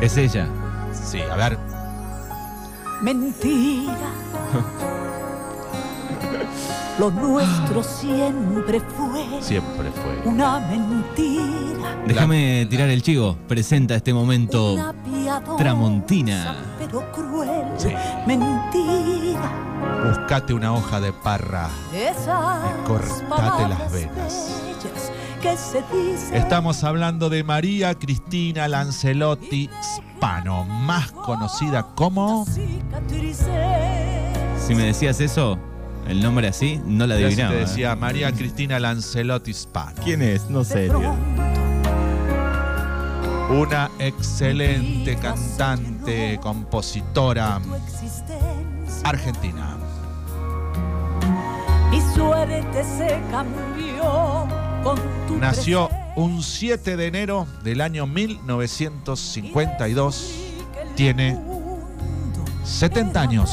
Es ella. Sí, a ver. Mentira. Lo nuestro siempre fue Siempre fue. una mentira. Déjame tirar el chivo. Presenta este momento. Una piadosa, Tramontina. Pero cruel. Sí. Mentira. Buscate una hoja de parra. Esas Y cortate palabras las venas. bellas Que se dicen Estamos hablando de María Cristina Lancelotti Spano, más conocida como. cicatrices. Si me decías eso, el nombre así, no la Ya se adivinaba. ¿eh? te decía María Cristina Lancelotti Spano. ¿Quién es? No sé. De pronto Una excelente cantante, compositora tu existencia, argentina. mi suerte se cambió con tu Nació un 7 de enero del año 1952. Tiene 70 años.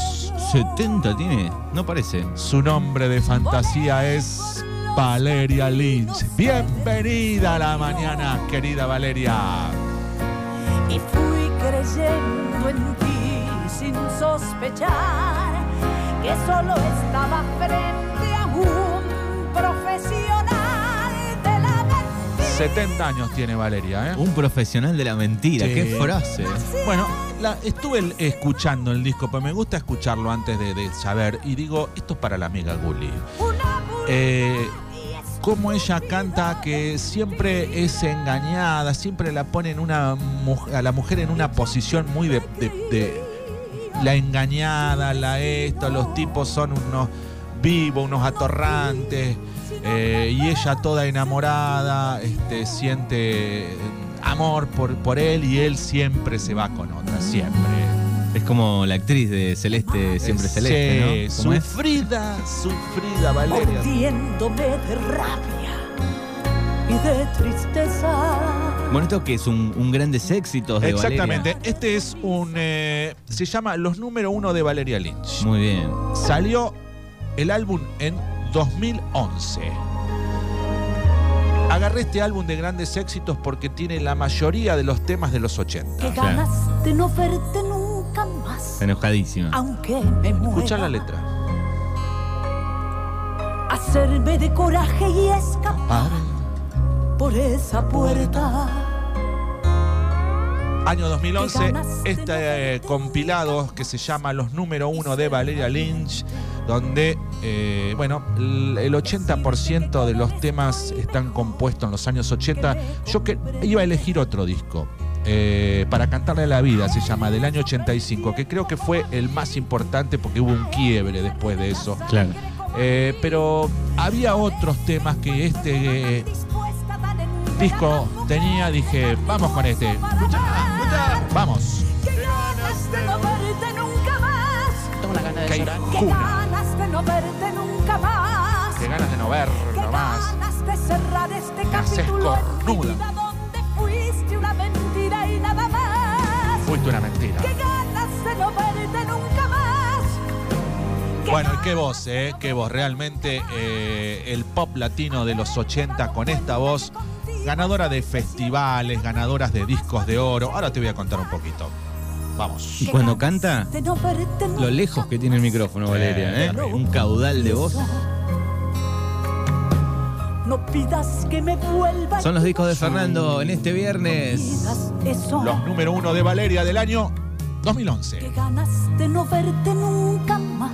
70 tiene, no parece. Su nombre de fantasía es Valeria Lynch. Bienvenida a la mañana, querida Valeria. Y fui creyendo en ti sin sospechar que solo estaba frente a un profesional de la mentira. 70 años tiene Valeria, ¿eh? Un profesional de la mentira, Sí. qué frase. Bueno, la- estuve el- escuchando el disco, pero me gusta escucharlo antes de, de saber. Y digo, esto es para la amiga Gulli. Una Eh, burguesa cómo ella canta que siempre es engañada, siempre la pone en una mu- a la mujer en una posición muy de, de- de la engañada, la esto, los tipos son unos vivos, unos atorrantes, eh, y ella toda enamorada, este, siente eh, amor por, por él y él siempre se va con otra, siempre. Eh, Es como la actriz de Celeste, siempre Sí, Celeste, ¿no? ¿Cómo es? Sufrida, sufrida, Valeria. mordiéndome de rabia y de tristeza. Bueno, esto que es un, un grandes éxitos de Exactamente. Este es un. eh, se llama Los número uno de Valeria Lynch. Valeria. Muy bien. Salió el álbum en 2011. Agarré este álbum de grandes éxitos porque tiene la mayoría de los temas de los 80. Que Claro. ganas de no verte nunca más, Está enojadísima. aunque me muera. Escucha la letra. Hacerme de coraje y escapar por esa puerta. Año 2011, este eh, compilado que se llama Los número uno de Valeria Lynch, donde, eh, bueno, l- el 80% de los temas están compuestos en los años 80. Yo que iba a elegir otro disco, eh, para cantarle a la vida, se llama, del año 85, que creo que fue el más importante porque hubo un quiebre después de eso. Claro. Eh, pero había otros temas que este eh, disco tenía, dije, vamos con este. Vamos. Que ganas de no verte nunca más. Tengo una gana de Qué llorar. Que injuna. ganas de no verte nunca más. Qué ganas de no ver Qué nomás. ganas de cerrar este Me haces capítulo en mi cornuda. vida donde fuiste una mentira y nada más. Fuiste una mentira. Qué ganas de no verte nunca más. Bueno, y qué voz, ¿eh? Qué voz. Realmente eh, el pop latino de los 80 con esta voz. Ganadora de festivales, ganadoras de discos de oro. Ahora te voy a contar un poquito. Vamos. Y cuando canta, De no verte lo lejos que tiene el micrófono, Valeria, ¿eh? Un caudal de voz. No pidas que me vuelva. Son los discos de Fernando en este viernes. Digas eso. Los número uno de Valeria del año Qué 2011. ganas de no verte nunca más.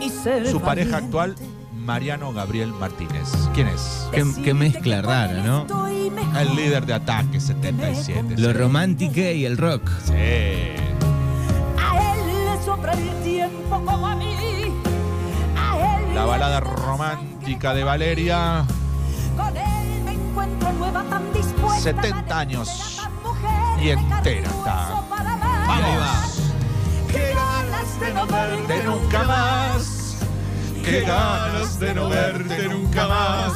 Y ser Su pareja valiente. actual, Mariano Gabriel Martínez. ¿Quién es? Qué- Decirte qué mezcla que rara, ¿no? estoy mejor. El líder de Ataque 77. Lo romántico y el rock. Sí. A él le sobra el tiempo como a mí. A él La le balada sobra romántica sangre de Valeria. como a mí. Con él me encuentro nueva, tan dispuesta, 70 tan años. entera, tan mujer, Y de carne entera y hueso está. para amar. ¡Vamos! ¡Qué ganas de no verte nunca más! ¡Qué ganas de no verte nunca más!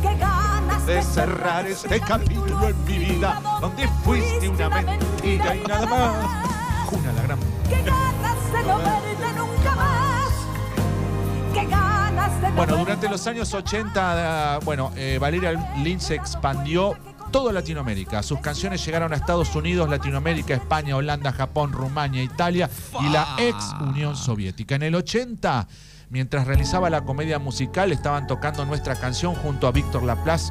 Qué ganas De cerrar este capítulo en mi vida donde fuiste una mentira y nada más. Una la gran. Qué ganas de no verte nunca más. Qué ganas de no Bueno, verte durante los años 80, bueno, eh, Valeria Lynch se expandió toda Latinoamérica. Sus canciones llegaron a Estados Unidos, Latinoamérica, España, Holanda, Japón, Rumania, Italia y la ex Unión Soviética. En el 80, mientras realizaba la comedia musical, estaban tocando nuestra canción junto a Víctor Laplace.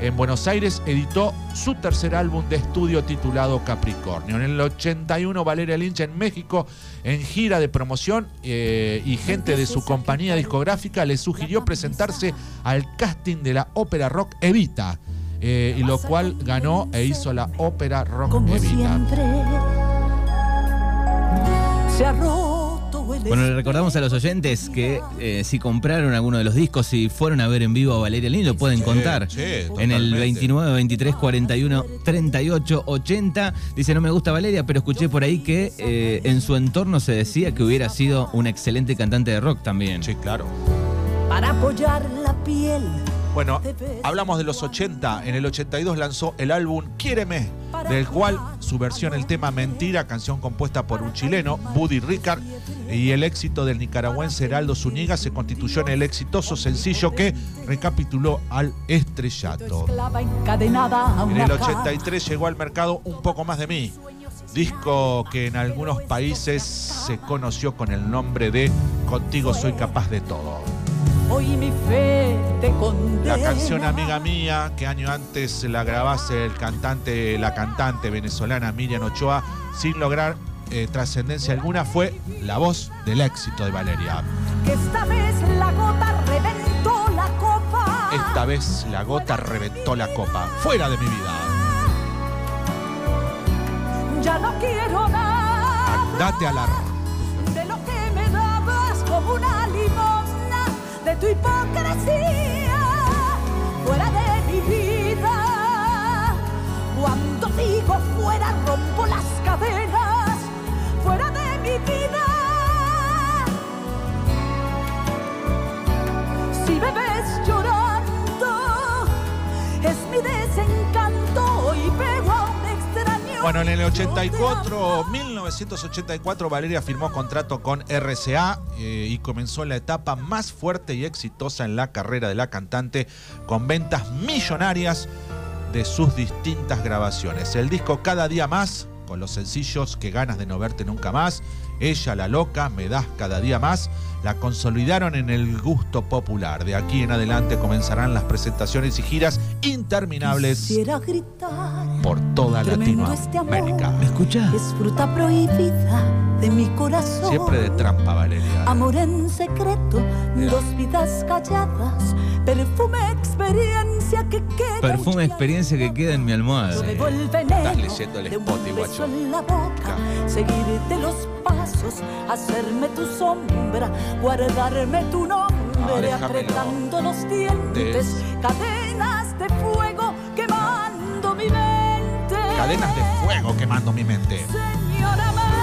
En Buenos Aires editó su tercer álbum de estudio titulado Capricornio. En el 81 Valeria Lynch en México en gira de promoción eh, y gente de su compañía discográfica le sugirió presentarse al casting de la ópera rock Evita. eh, y lo cual ganó e hizo la ópera rock Como Evita. siempre, se ha roto el Bueno, le recordamos a los oyentes que eh, si compraron alguno de los discos, si fueron a ver en vivo a Valeria Lynch, lo pueden contar. sí, en el totalmente. 29, 23, 41, 38, 80. Dice, no me gusta Valeria, pero escuché por ahí que eh, en su entorno se decía que hubiera sido una excelente cantante de rock también. Sí, claro. para apoyar la piel. Bueno, hablamos de los 80. En el 82 lanzó el álbum Quiéreme, del cual su versión el tema Mentira, canción compuesta por un chileno, Buddy Ricard, y el éxito del nicaragüense Heraldo Zúñiga se constituyó en el exitoso sencillo que recapituló al estrellato. Esclava encadenada a En una el cama. 83 llegó al mercado Un poco más de mí, disco que en algunos países se conoció con el nombre de Contigo soy capaz de todo. Hoy mi fe te condena. La canción Amiga Mía, que año antes la grabase el cantante, la cantante venezolana Miriam Ochoa, sin lograr eh, trascendencia alguna, fue la voz del éxito de Valeria. Que esta vez la gota reventó la copa. Esta vez la gota reventó la copa. Fuera de mi vida. Ya no quiero nada. Date alar. de lo que me dabas como una limosna de tu hipocresía fuera de mi vida. Cuando digo fuera rompo las cadenas fuera de mi vida. Si me ves llorando es mi desencanto y pego a un extraño. Bueno, en el Yo te amo. 84, 1984, Valeria firmó contrato con RCA eh, y comenzó la etapa más fuerte y exitosa en la carrera de la cantante con ventas millonarias de sus distintas grabaciones. El disco Cada día más, con los sencillos Que ganas de no verte nunca más, Ella la loca, Me das cada día más, la consolidaron en el gusto popular. De aquí en adelante comenzarán las presentaciones y giras interminables Quisiera gritar. por toda Tremendo este amor. Latinoamérica. ¿Escuchá? Es fruta prohibida de mi corazón. Siempre de trampa, Valeria. Amor en secreto, dos vidas calladas, perfume experiencia que queda. Perfume experiencia que queda en mi almohada. Estás leyendo el spot, guacho. en la boca, seguirte los pasos, hacerme tu sombra, guardarme tu Ah, nombre, déjamelo. apretando los dientes, cadenas de fuego quemando mi mente. Cadenas de fuego quemando mi mente. Señora amante,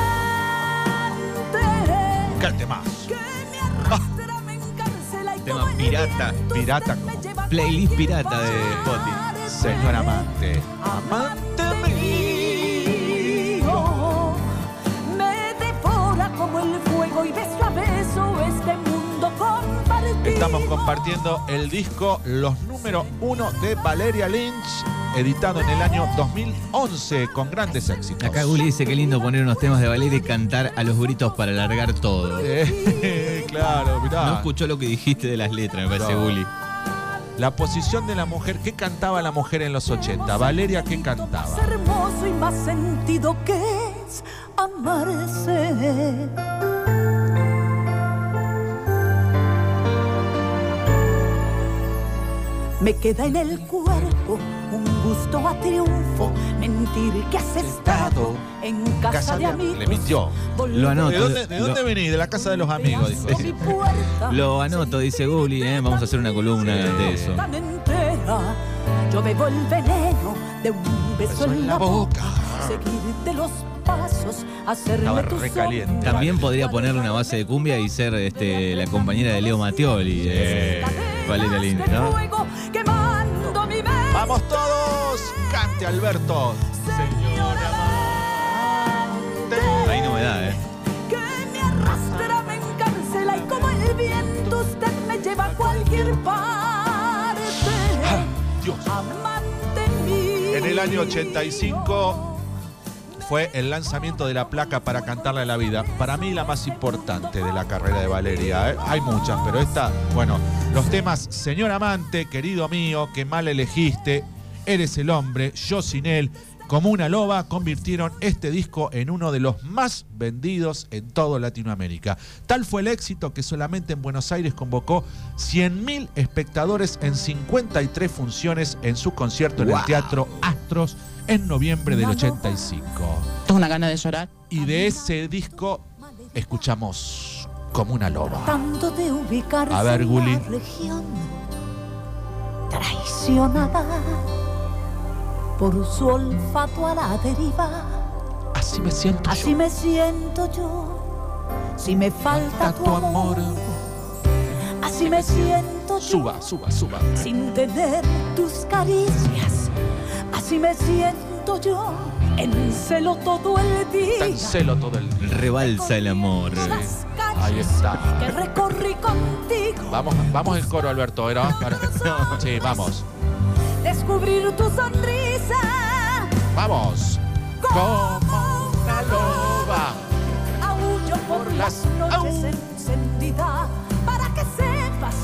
¿Qué más? que me arrastra, me encarcela y Tema como el pirata, viento pirata, usted me como lleva a playlist cualquier pirata de parte. Spotify. Señor amante. Amante mío, me devora como el fuego y beso a beso este mundo compartido. Estamos compartiendo el disco Los Número Uno de Valeria Lynch, editado en el año 2011 con grandes éxitos. Acá Guli dice que lindo poner unos temas de Valeria y cantar a los gritos para alargar todo. Eh, claro, Ah. mirá. No escuchó lo que dijiste de las letras, me parece, No. Guli. La posición de la mujer. ¿Qué cantaba la mujer en los 80? Valeria, ¿qué cantaba? Más hermoso y más sentido que es amarse. Me queda en el cuerpo un gusto a triunfo, mentir que has estado en casa, de amigos. Le mintió. Lo anoto. ¿De dónde, de dónde Lo- venís? De la casa de los amigos, dijo. Pedazo mi puerta, Lo anoto, dice Guli, ¿eh? Vamos a hacer una columna de eso. tan entera. Yo bebo el veneno de un beso en la boca. Seguirte los pasos, hacerme Estaba tu recaliente. sombra. También podría ponerle una base de cumbia y ser este, la compañera de Leo Mattioli. eh, Valeria Lynch, ¿no? Fuego quemando mi mente, ¡Vamos todos! ¡Cante, Alberto! señora amante, No hay novedad, ¿eh? que me arrastra, me encarcela y como el viento usted me lleva a cualquier parte. Ah, Dios. Amante mío. año 85 fue el lanzamiento de la placa para cantarle a la vida. Para mí la más importante de la carrera de Valeria. ¿eh? Hay muchas, pero esta, bueno, los temas Señor amante, querido mío, que mal elegiste, Eres el hombre, yo sin él, como una loba, convirtieron este disco en uno de los más vendidos en toda Latinoamérica. Tal fue el éxito que solamente en Buenos Aires convocó 100.000 espectadores en 53 funciones en su concierto en el Wow. Teatro Astros en noviembre del 85. Tengo una gana de llorar. Y de ese disco escuchamos como una loba. Tanto de ubicarse A ver, en Guli. la región traicionada por su olfato a la deriva. Así me siento yo. Así me siento yo, si me falta Falta tu amor. Así me siento yo. Suba, suba, suba. sin tener tus caricias. Así me siento yo, en celo todo el día. Tan celo todo el día. Rebalsa el amor. Las Ahí calles está. que recorrí contigo, Vamos, vamos el coro, Alberto. Era, para- Sí, vamos. descubrir tu sonrisa. Vamos. Como una loba. Aullo por Por las las- noches encendida para que sepas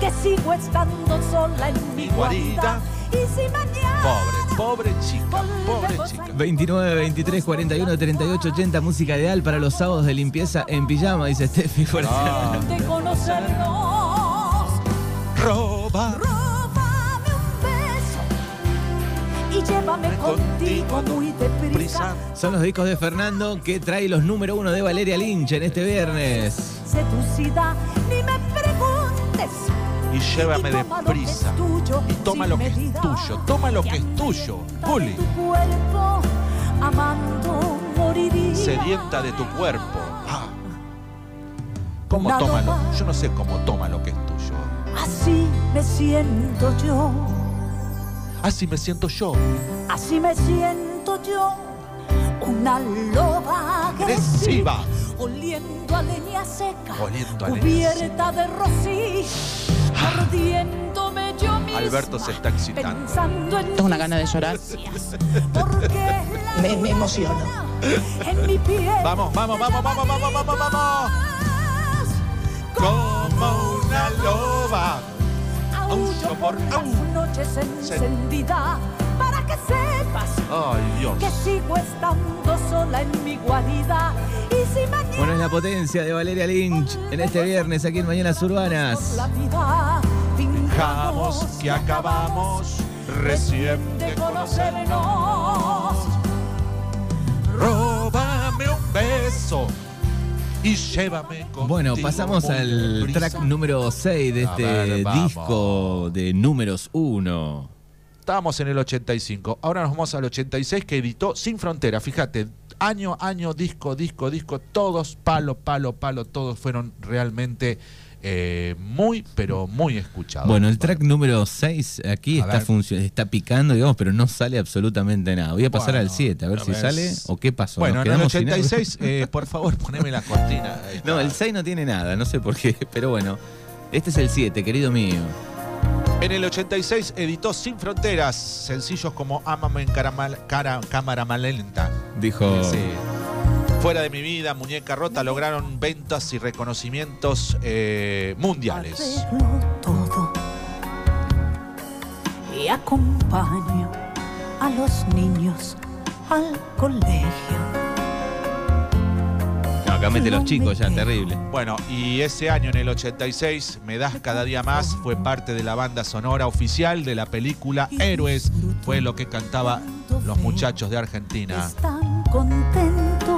que sigo estando sola en mi Mi guarida. guarida. Y si mañana Pobre, pobre chica, pobre chica. 29, 23, 41, 38, 80, música ideal para los sábados de limpieza en pijama, dice Steffi. Fuerza. Ah, de conocernos, roba. róbame un beso y llévame contigo muy deprisa. Prisa. Son los discos de Fernando que trae los número uno de Valeria Lynch en este viernes. Seducida, ni me preguntes. Y llévame Y toma lo que es deprisa. tuyo, Y toma sin lo que es medida. tuyo. Toma lo que es tuyo. Guli. Tu cuerpo, amando, moriría. Sedienta de tu cuerpo. Ah. Una ¿Cómo tómalo? loba. Yo no sé cómo toma lo que es tuyo. Así me siento yo, Así me siento yo. así me siento yo. Una loba agresiva, Agresiva. oliendo a leña seca, Oliendo a leña cubierta de rocío, mordiéndome yo misma. Alberto se está excitando. Pensando en Tengo una mis gana de llorar. caricias, porque la Me- me emociono. luna En mi piel. Vamos, vamos, vamos, vamos, vamos, vamos, vamos. Como una loba. Aullo por las noches encendida para que sepas Ay, Dios. que sigo estando sola en mi guarida y si mañana Bueno, es la potencia de Valeria Lynch en este viernes aquí en Mañanas por Urbanas. la vida Dejamos que acabamos recién de conocernos. conocernos Róbame un beso y llévame contigo. Bueno, pasamos muy al deprisa. track número 6 de A este ver, vamos. disco de números 1. Estábamos en el 85, ahora nos vamos al 86 que editó Sin Frontera. Fíjate, año, año, disco, disco, disco, todos palo, palo, palo, todos fueron realmente eh, muy, pero muy escuchados. Bueno, el track número 6 aquí A está, ver. funcio- está picando, digamos, pero no sale absolutamente nada. Voy a pasar Bueno, al 7, a ver a si ver. sale o qué pasó. Bueno, ¿Nos en el quedamos sin algo? 86, eh, por favor, poneme la cortina. Ahí No, está. el 6 no tiene nada, no sé por qué, pero bueno. Este es el 7, querido mío. En el 86 editó Sin Fronteras, sencillos como Amame en caramal- cara- cámara malenta. Dijo. Sí. Fuera de mi vida, Muñeca Rota lograron ventas y reconocimientos eh, mundiales. Arreglo todo y acompaño a los niños al colegio. No, acá mete los chicos ya, terrible. Bueno, y ese año en el 86, Me das cada día más fue parte de la banda sonora oficial de la película Héroes. Fue lo que cantaban los muchachos de Argentina Están contentos,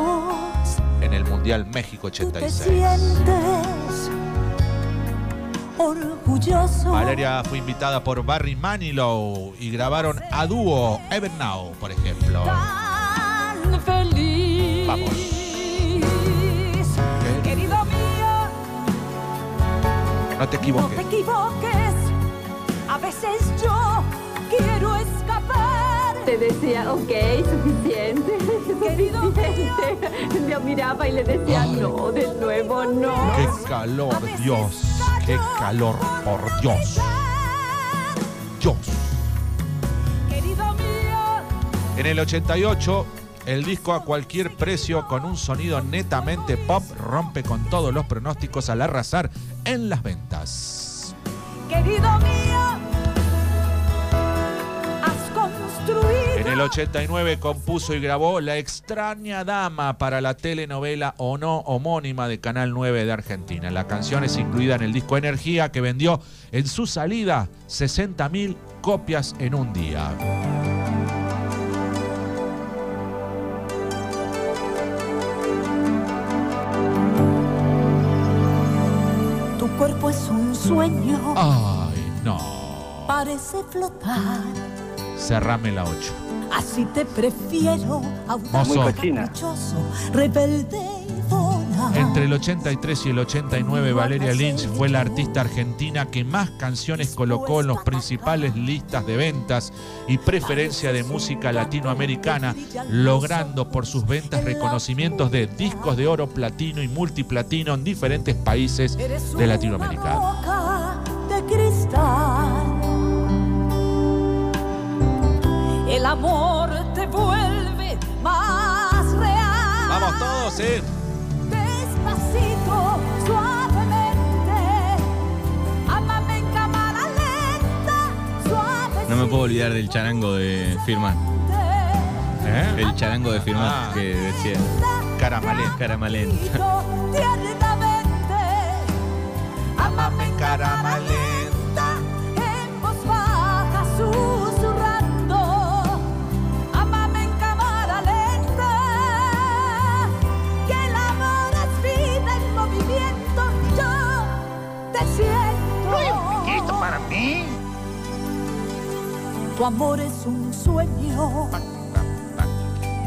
en el Mundial México tú te 86. sientes orgulloso. Valeria fue invitada por Barry Manilow y grabaron a dúo Even Now, por ejemplo. Tan feliz. Vamos. Querido mío, No te No te equivoques. equivoques, a veces yo quiero escapar. Te decía, ok, suficiente, Querido mío. suficiente. Me miraba y le decía, no, de nuevo, no. Qué calor, Dios. Qué calor, por Dios. Dios. Querido mío, En el 88, el disco a cualquier precio con un sonido netamente pop rompe con todos los pronósticos al arrasar en las ventas. Querido mío, has construido. En el 89 compuso y grabó La extraña dama para la telenovela o no homónima de Canal 9 de Argentina. La canción es incluida en el disco Energía que vendió en su salida 60.000 copias en un día. Tu cuerpo es un sueño, Ay, no. parece flotar. Cerrame la 8. Así te prefiero, Mozo. audaz, caprichoso, rebelde y voraz. Entre el 83 y el 89, Valeria Lynch fue la artista argentina que más canciones colocó en los principales listas de ventas y preferencia de música latinoamericana, logrando por sus ventas reconocimientos de discos de oro, platino y multiplatino en diferentes países Eres de Latinoamérica. una roca de cristal. El amor te vuelve más real. Vamos todos, ¿eh? Despacito, suavemente. Ámame en cámara lenta, suave. No me puedo olvidar del charango de Firman. ¿Eh? El charango de Firman Ah. que decía. Caramalé. Caramalenta. Tiernamente. Ámame en cámara lenta. En voz baja, susurrando. Ámame en cámara lenta. Que el amor es vida en movimiento. Yo te siento. para mí. Tu amor es un sueño.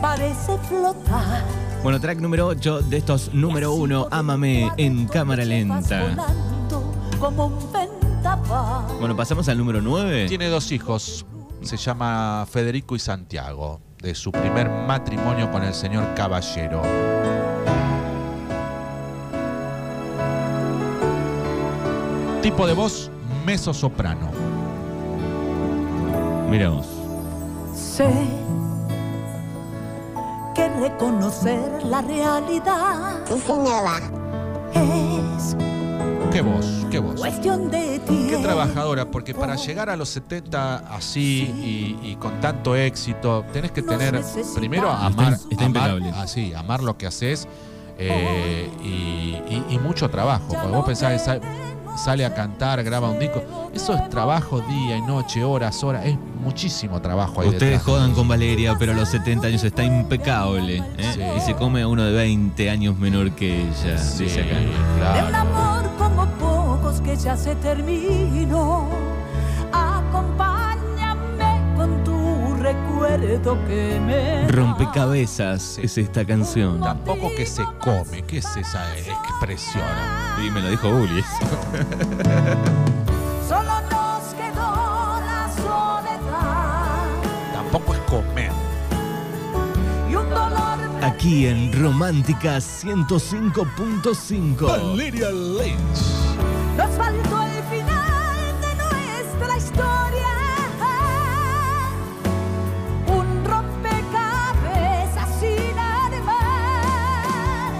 Parece flotar. Bueno, track número 8 de estos número 1, Ámame en cámara lenta. Bueno, pasamos al número 9. Tiene dos hijos. Se llama Federico y Santiago, de su primer matrimonio con el señor Caballero. Tipo de voz, meso soprano. Mira vos. Sé que reconocer la realidad es Qué voz, qué voz. cuestión de ti. Qué trabajadora, porque para llegar a los 70 así y, y con tanto éxito, tenés que tener primero amar, Está- está amar- impecable. así, amar lo que haces eh, y, y- y mucho trabajo. Porque vos pensás que sal- sale a cantar, graba un disco. Eso es trabajo día y noche, horas, horas. Es muchísimo trabajo ahí Ustedes detrás. jodan con Valeria, pero a los 70 años está impecable. ¿eh? Sí. Y se come a uno de 20 años menor que ella, Sí, dice acá. De un claro. amor como pocos que ya se terminó. Acompáñame con tu recuerdo que me. Rompecabezas es esta canción. Tampoco que se come, ¿qué es esa expresión? Y me lo dijo Uli. Solo nos quedó la soledad Tampoco es comer. y un dolor. Aquí en Romántica 105.5. Valeria Lynch. Nos faltó el final de nuestra historia. Un rompecabezas sin armar.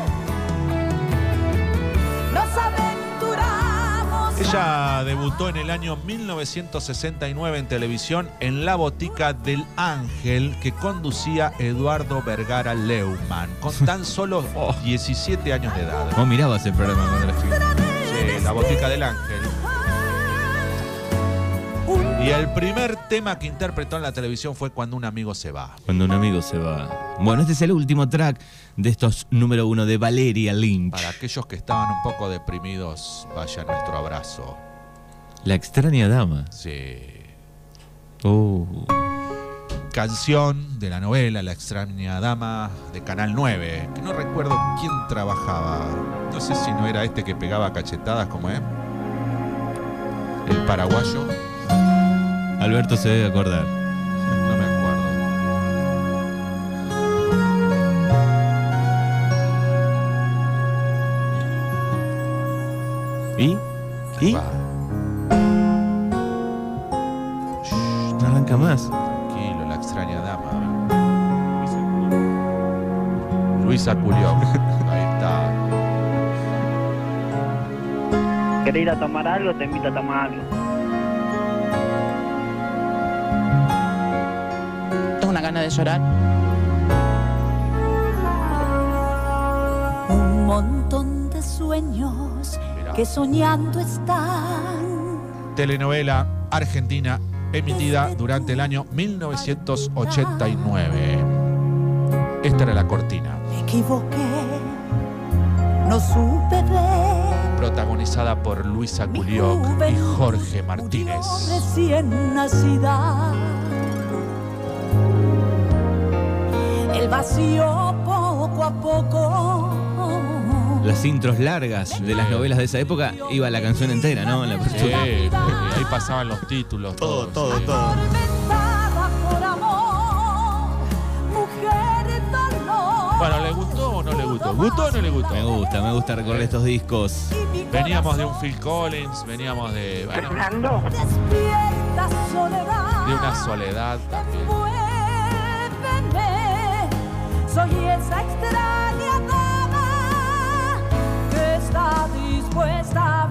Nos aventuramos. Ella debutó en el año 1969 en televisión en La Botica del Ángel que conducía Eduardo Vergara Leumann con tan solo 17 años de edad. Vos mirabas el programa cuando eras chica. Sí, la Botica del Ángel. Y el primer tema que interpretó en la televisión fue Cuando un amigo se va. Cuando un amigo se va. Bueno, este es el último track de estos número uno de Valeria Lynch. Para aquellos que estaban un poco deprimidos, vaya nuestro abrazo. La extraña dama. Sí. Uh. canción de la novela La extraña dama de Canal 9, que no recuerdo quién trabajaba. No sé si no era este que pegaba cachetadas, como es. El paraguayo, Alberto se debe acordar. no me acuerdo. ¿Y? ¿Y? Va, No arranca más. tranquilo, La extraña dama. Luisa Culión. Ahí está. ¿Querés ir a tomar algo? Te invito a tomar algo. Tengo una gana de llorar. Un montón de sueños Mirá. que soñando están. Telenovela argentina emitida durante el año 1989. Esta era la cortina, Me equivoqué, no supe ver. protagonizada por Luisa mi Culió y juventud Jorge murió Martínez. Recién nacida. El vacío poco a poco. Las intros largas de las novelas de esa época iba la canción entera, ¿no? En la Sí, apertura. porque Eh, ahí pasaban los títulos. Todo, todo, sí. todo. Atormentada por amor, mujer dolor. Bueno, ¿le gustó o no le gustó? ¿Gustó o no le gustó? Me gusta, me gusta recordar estos discos. Y mi Veníamos de un corazón Phil Collins, veníamos de, bueno, Fernando. Despierta soledad. de una soledad también. Envuélveme, soy esa extraña dama que está dispuesta a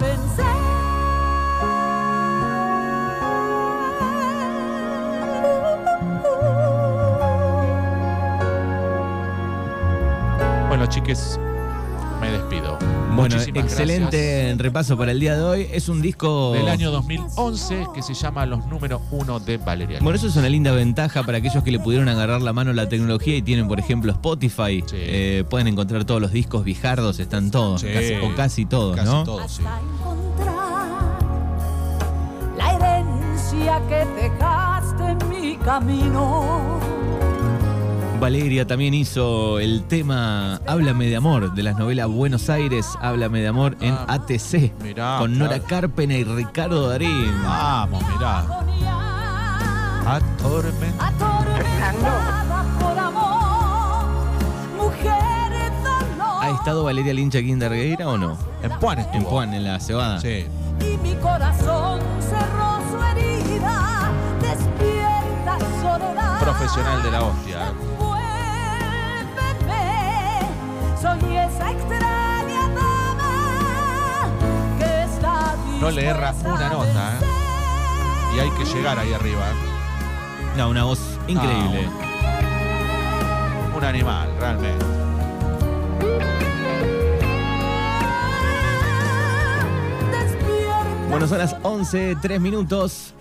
vencer. Bueno, chiques, me despido. Bueno, Muchísimas excelente gracias. repaso para el día de hoy. Es un disco. Del año 2011 que se llama Los número uno de Valeria. Bueno, eso es una linda ventaja para aquellos que le pudieron agarrar la mano a la tecnología y tienen, por ejemplo, Spotify. Sí. Eh, pueden encontrar todos los discos bijardos, están todos, Sí. casi- o casi todos, ¿no? Hasta encontrar la herencia que dejaste en mi camino. Valeria también hizo el tema Háblame de amor de las novelas Buenos Aires, Háblame de amor en Ah, ATC. mirá, con Nora claro. Ah, Carpena y Ricardo Darín. Vamos, mirá. agonía, Atormentada. atormentada por amor, mujer dolor. ¿Ha estado Valeria Lincha aquí en Dargueira o no? En Puan estuvo. En Juan, en la cebada. Sí. Y mi corazón cerró su herida, despierta soledad. Profesional de la hostia. Envuélveme, soy esa extraña dama que está No le erra dispuesta una a nota, ¿eh? Y hay que llegar ahí arriba. ¿eh? No, una voz increíble. Un animal, realmente. Despierta Bueno, son las 11, 3 minutos.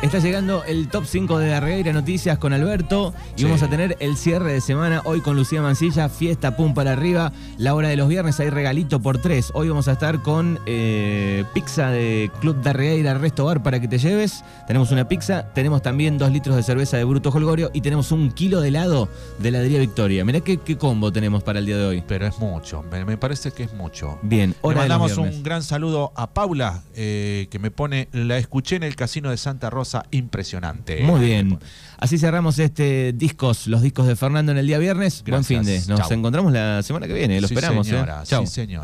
Está llegando el top 5 de Darreira Noticias con Alberto y Sí. vamos a tener el cierre de semana hoy con Lucía Mancilla, fiesta pum para arriba, la hora de los viernes hay regalito por tres. Hoy vamos a estar con eh, pizza de Club Darreira Resto Bar para que te lleves. Tenemos una pizza, tenemos también dos litros de cerveza de Bruto Holgorio y tenemos un kilo de helado de heladería Victoria. Mirá qué, qué combo tenemos para el día de hoy. Pero es mucho, me, me parece que es mucho. Bien, Le hora de los mandamos viernes. un gran saludo a Paula, eh, que me pone, la escuché en el casino de Santa Rosa, impresionante. Muy bien. Así cerramos este discos, los discos de Fernando en el día viernes. Buen fin Gracias. de. Nos Chau. encontramos la semana que viene. Lo Sí, esperamos. señora, ¿eh? sí, Chau. señora.